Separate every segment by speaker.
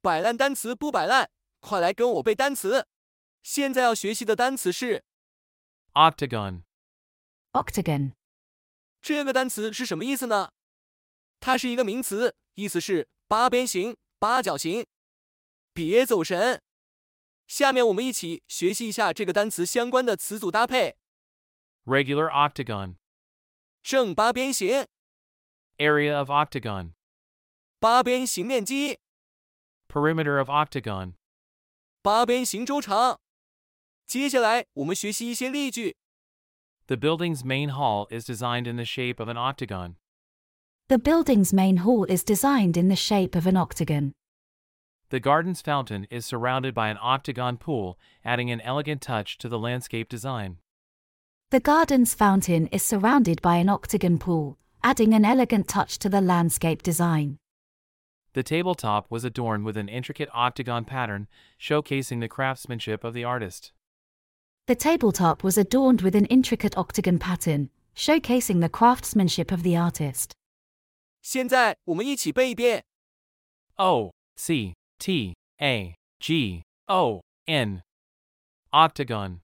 Speaker 1: 摆烂单词不摆烂，快来跟我背单词。现在要学习的单词是
Speaker 2: octagon,
Speaker 3: octagon,
Speaker 1: 这个单词是什么意思呢？它是一个名词，意思是八边形、八角形。别走神，下面我们一起学习一下这个单词相关的词组搭配：
Speaker 2: regular octagon,
Speaker 1: 正八边形、
Speaker 2: area of octagon,
Speaker 1: 八边形面积、
Speaker 2: perimeter of octagon,
Speaker 1: 八边形周长。接下来我们学习一些例句。
Speaker 2: The building's main hall is designed in the shape of an octagon.
Speaker 3: The building's main hall is designed in the shape of an octagon.
Speaker 2: The garden's fountain is surrounded by an octagon pool, adding an elegant touch to the landscape design.
Speaker 3: The garden's fountain is surrounded by an octagon pool, adding an elegant touch to the landscape design.
Speaker 2: The tabletop was adorned with an intricate octagon pattern, showcasing the craftsmanship of the artist.
Speaker 3: The tabletop was adorned with an intricate octagon pattern, showcasing the craftsmanship of the artist.
Speaker 1: 现在我们一起背一遍。
Speaker 2: O C T A G O N Octagon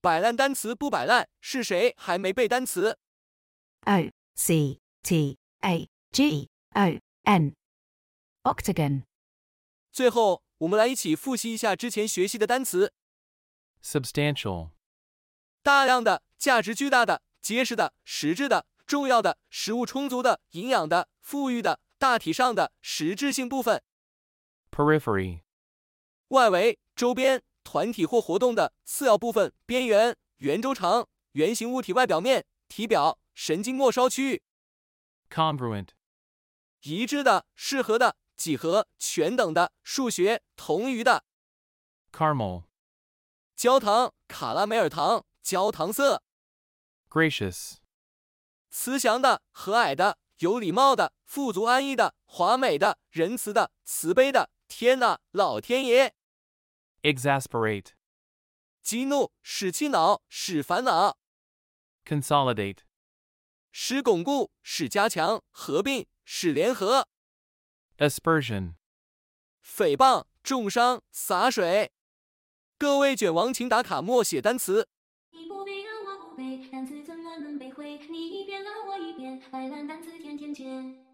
Speaker 1: 摆烂单词不摆烂，是谁还没背单词？
Speaker 3: O C T A G E O N. Octagon.
Speaker 1: 最后，我们来一起复习一下之前学习的单词：
Speaker 2: Substantial
Speaker 1: 大量的、价值巨大的、结实的、实质的、重要的、食物充足的、营养的、富裕的、大体上的、实质性部分、
Speaker 2: Periphery
Speaker 1: 外围、周边、团体或活动的次要部分、边缘、圆周长、圆形物体外表面、体表、神经末梢区域、
Speaker 2: Congruent
Speaker 1: 一致的、适合的、几何、全等的、数学、同余的、
Speaker 2: Carmel
Speaker 1: 焦糖、卡拉梅尔糖、焦糖色。
Speaker 2: Gracious
Speaker 1: 慈祥的、和蔼的、有礼貌的、富足安逸的、华美的、仁慈的、慈悲的。天呐，老天爷！
Speaker 2: Exasperate
Speaker 1: 激怒、使气恼、使烦恼、
Speaker 2: Consolidate
Speaker 1: 使巩固、使加强、合并、使联合、
Speaker 2: Aspersion
Speaker 1: 诽谤、重伤、洒水。各位卷王，请打卡默写单词。
Speaker 4: 你不背让我不背，单词怎么能背会？你一遍拉我一遍，白烂单词天天见。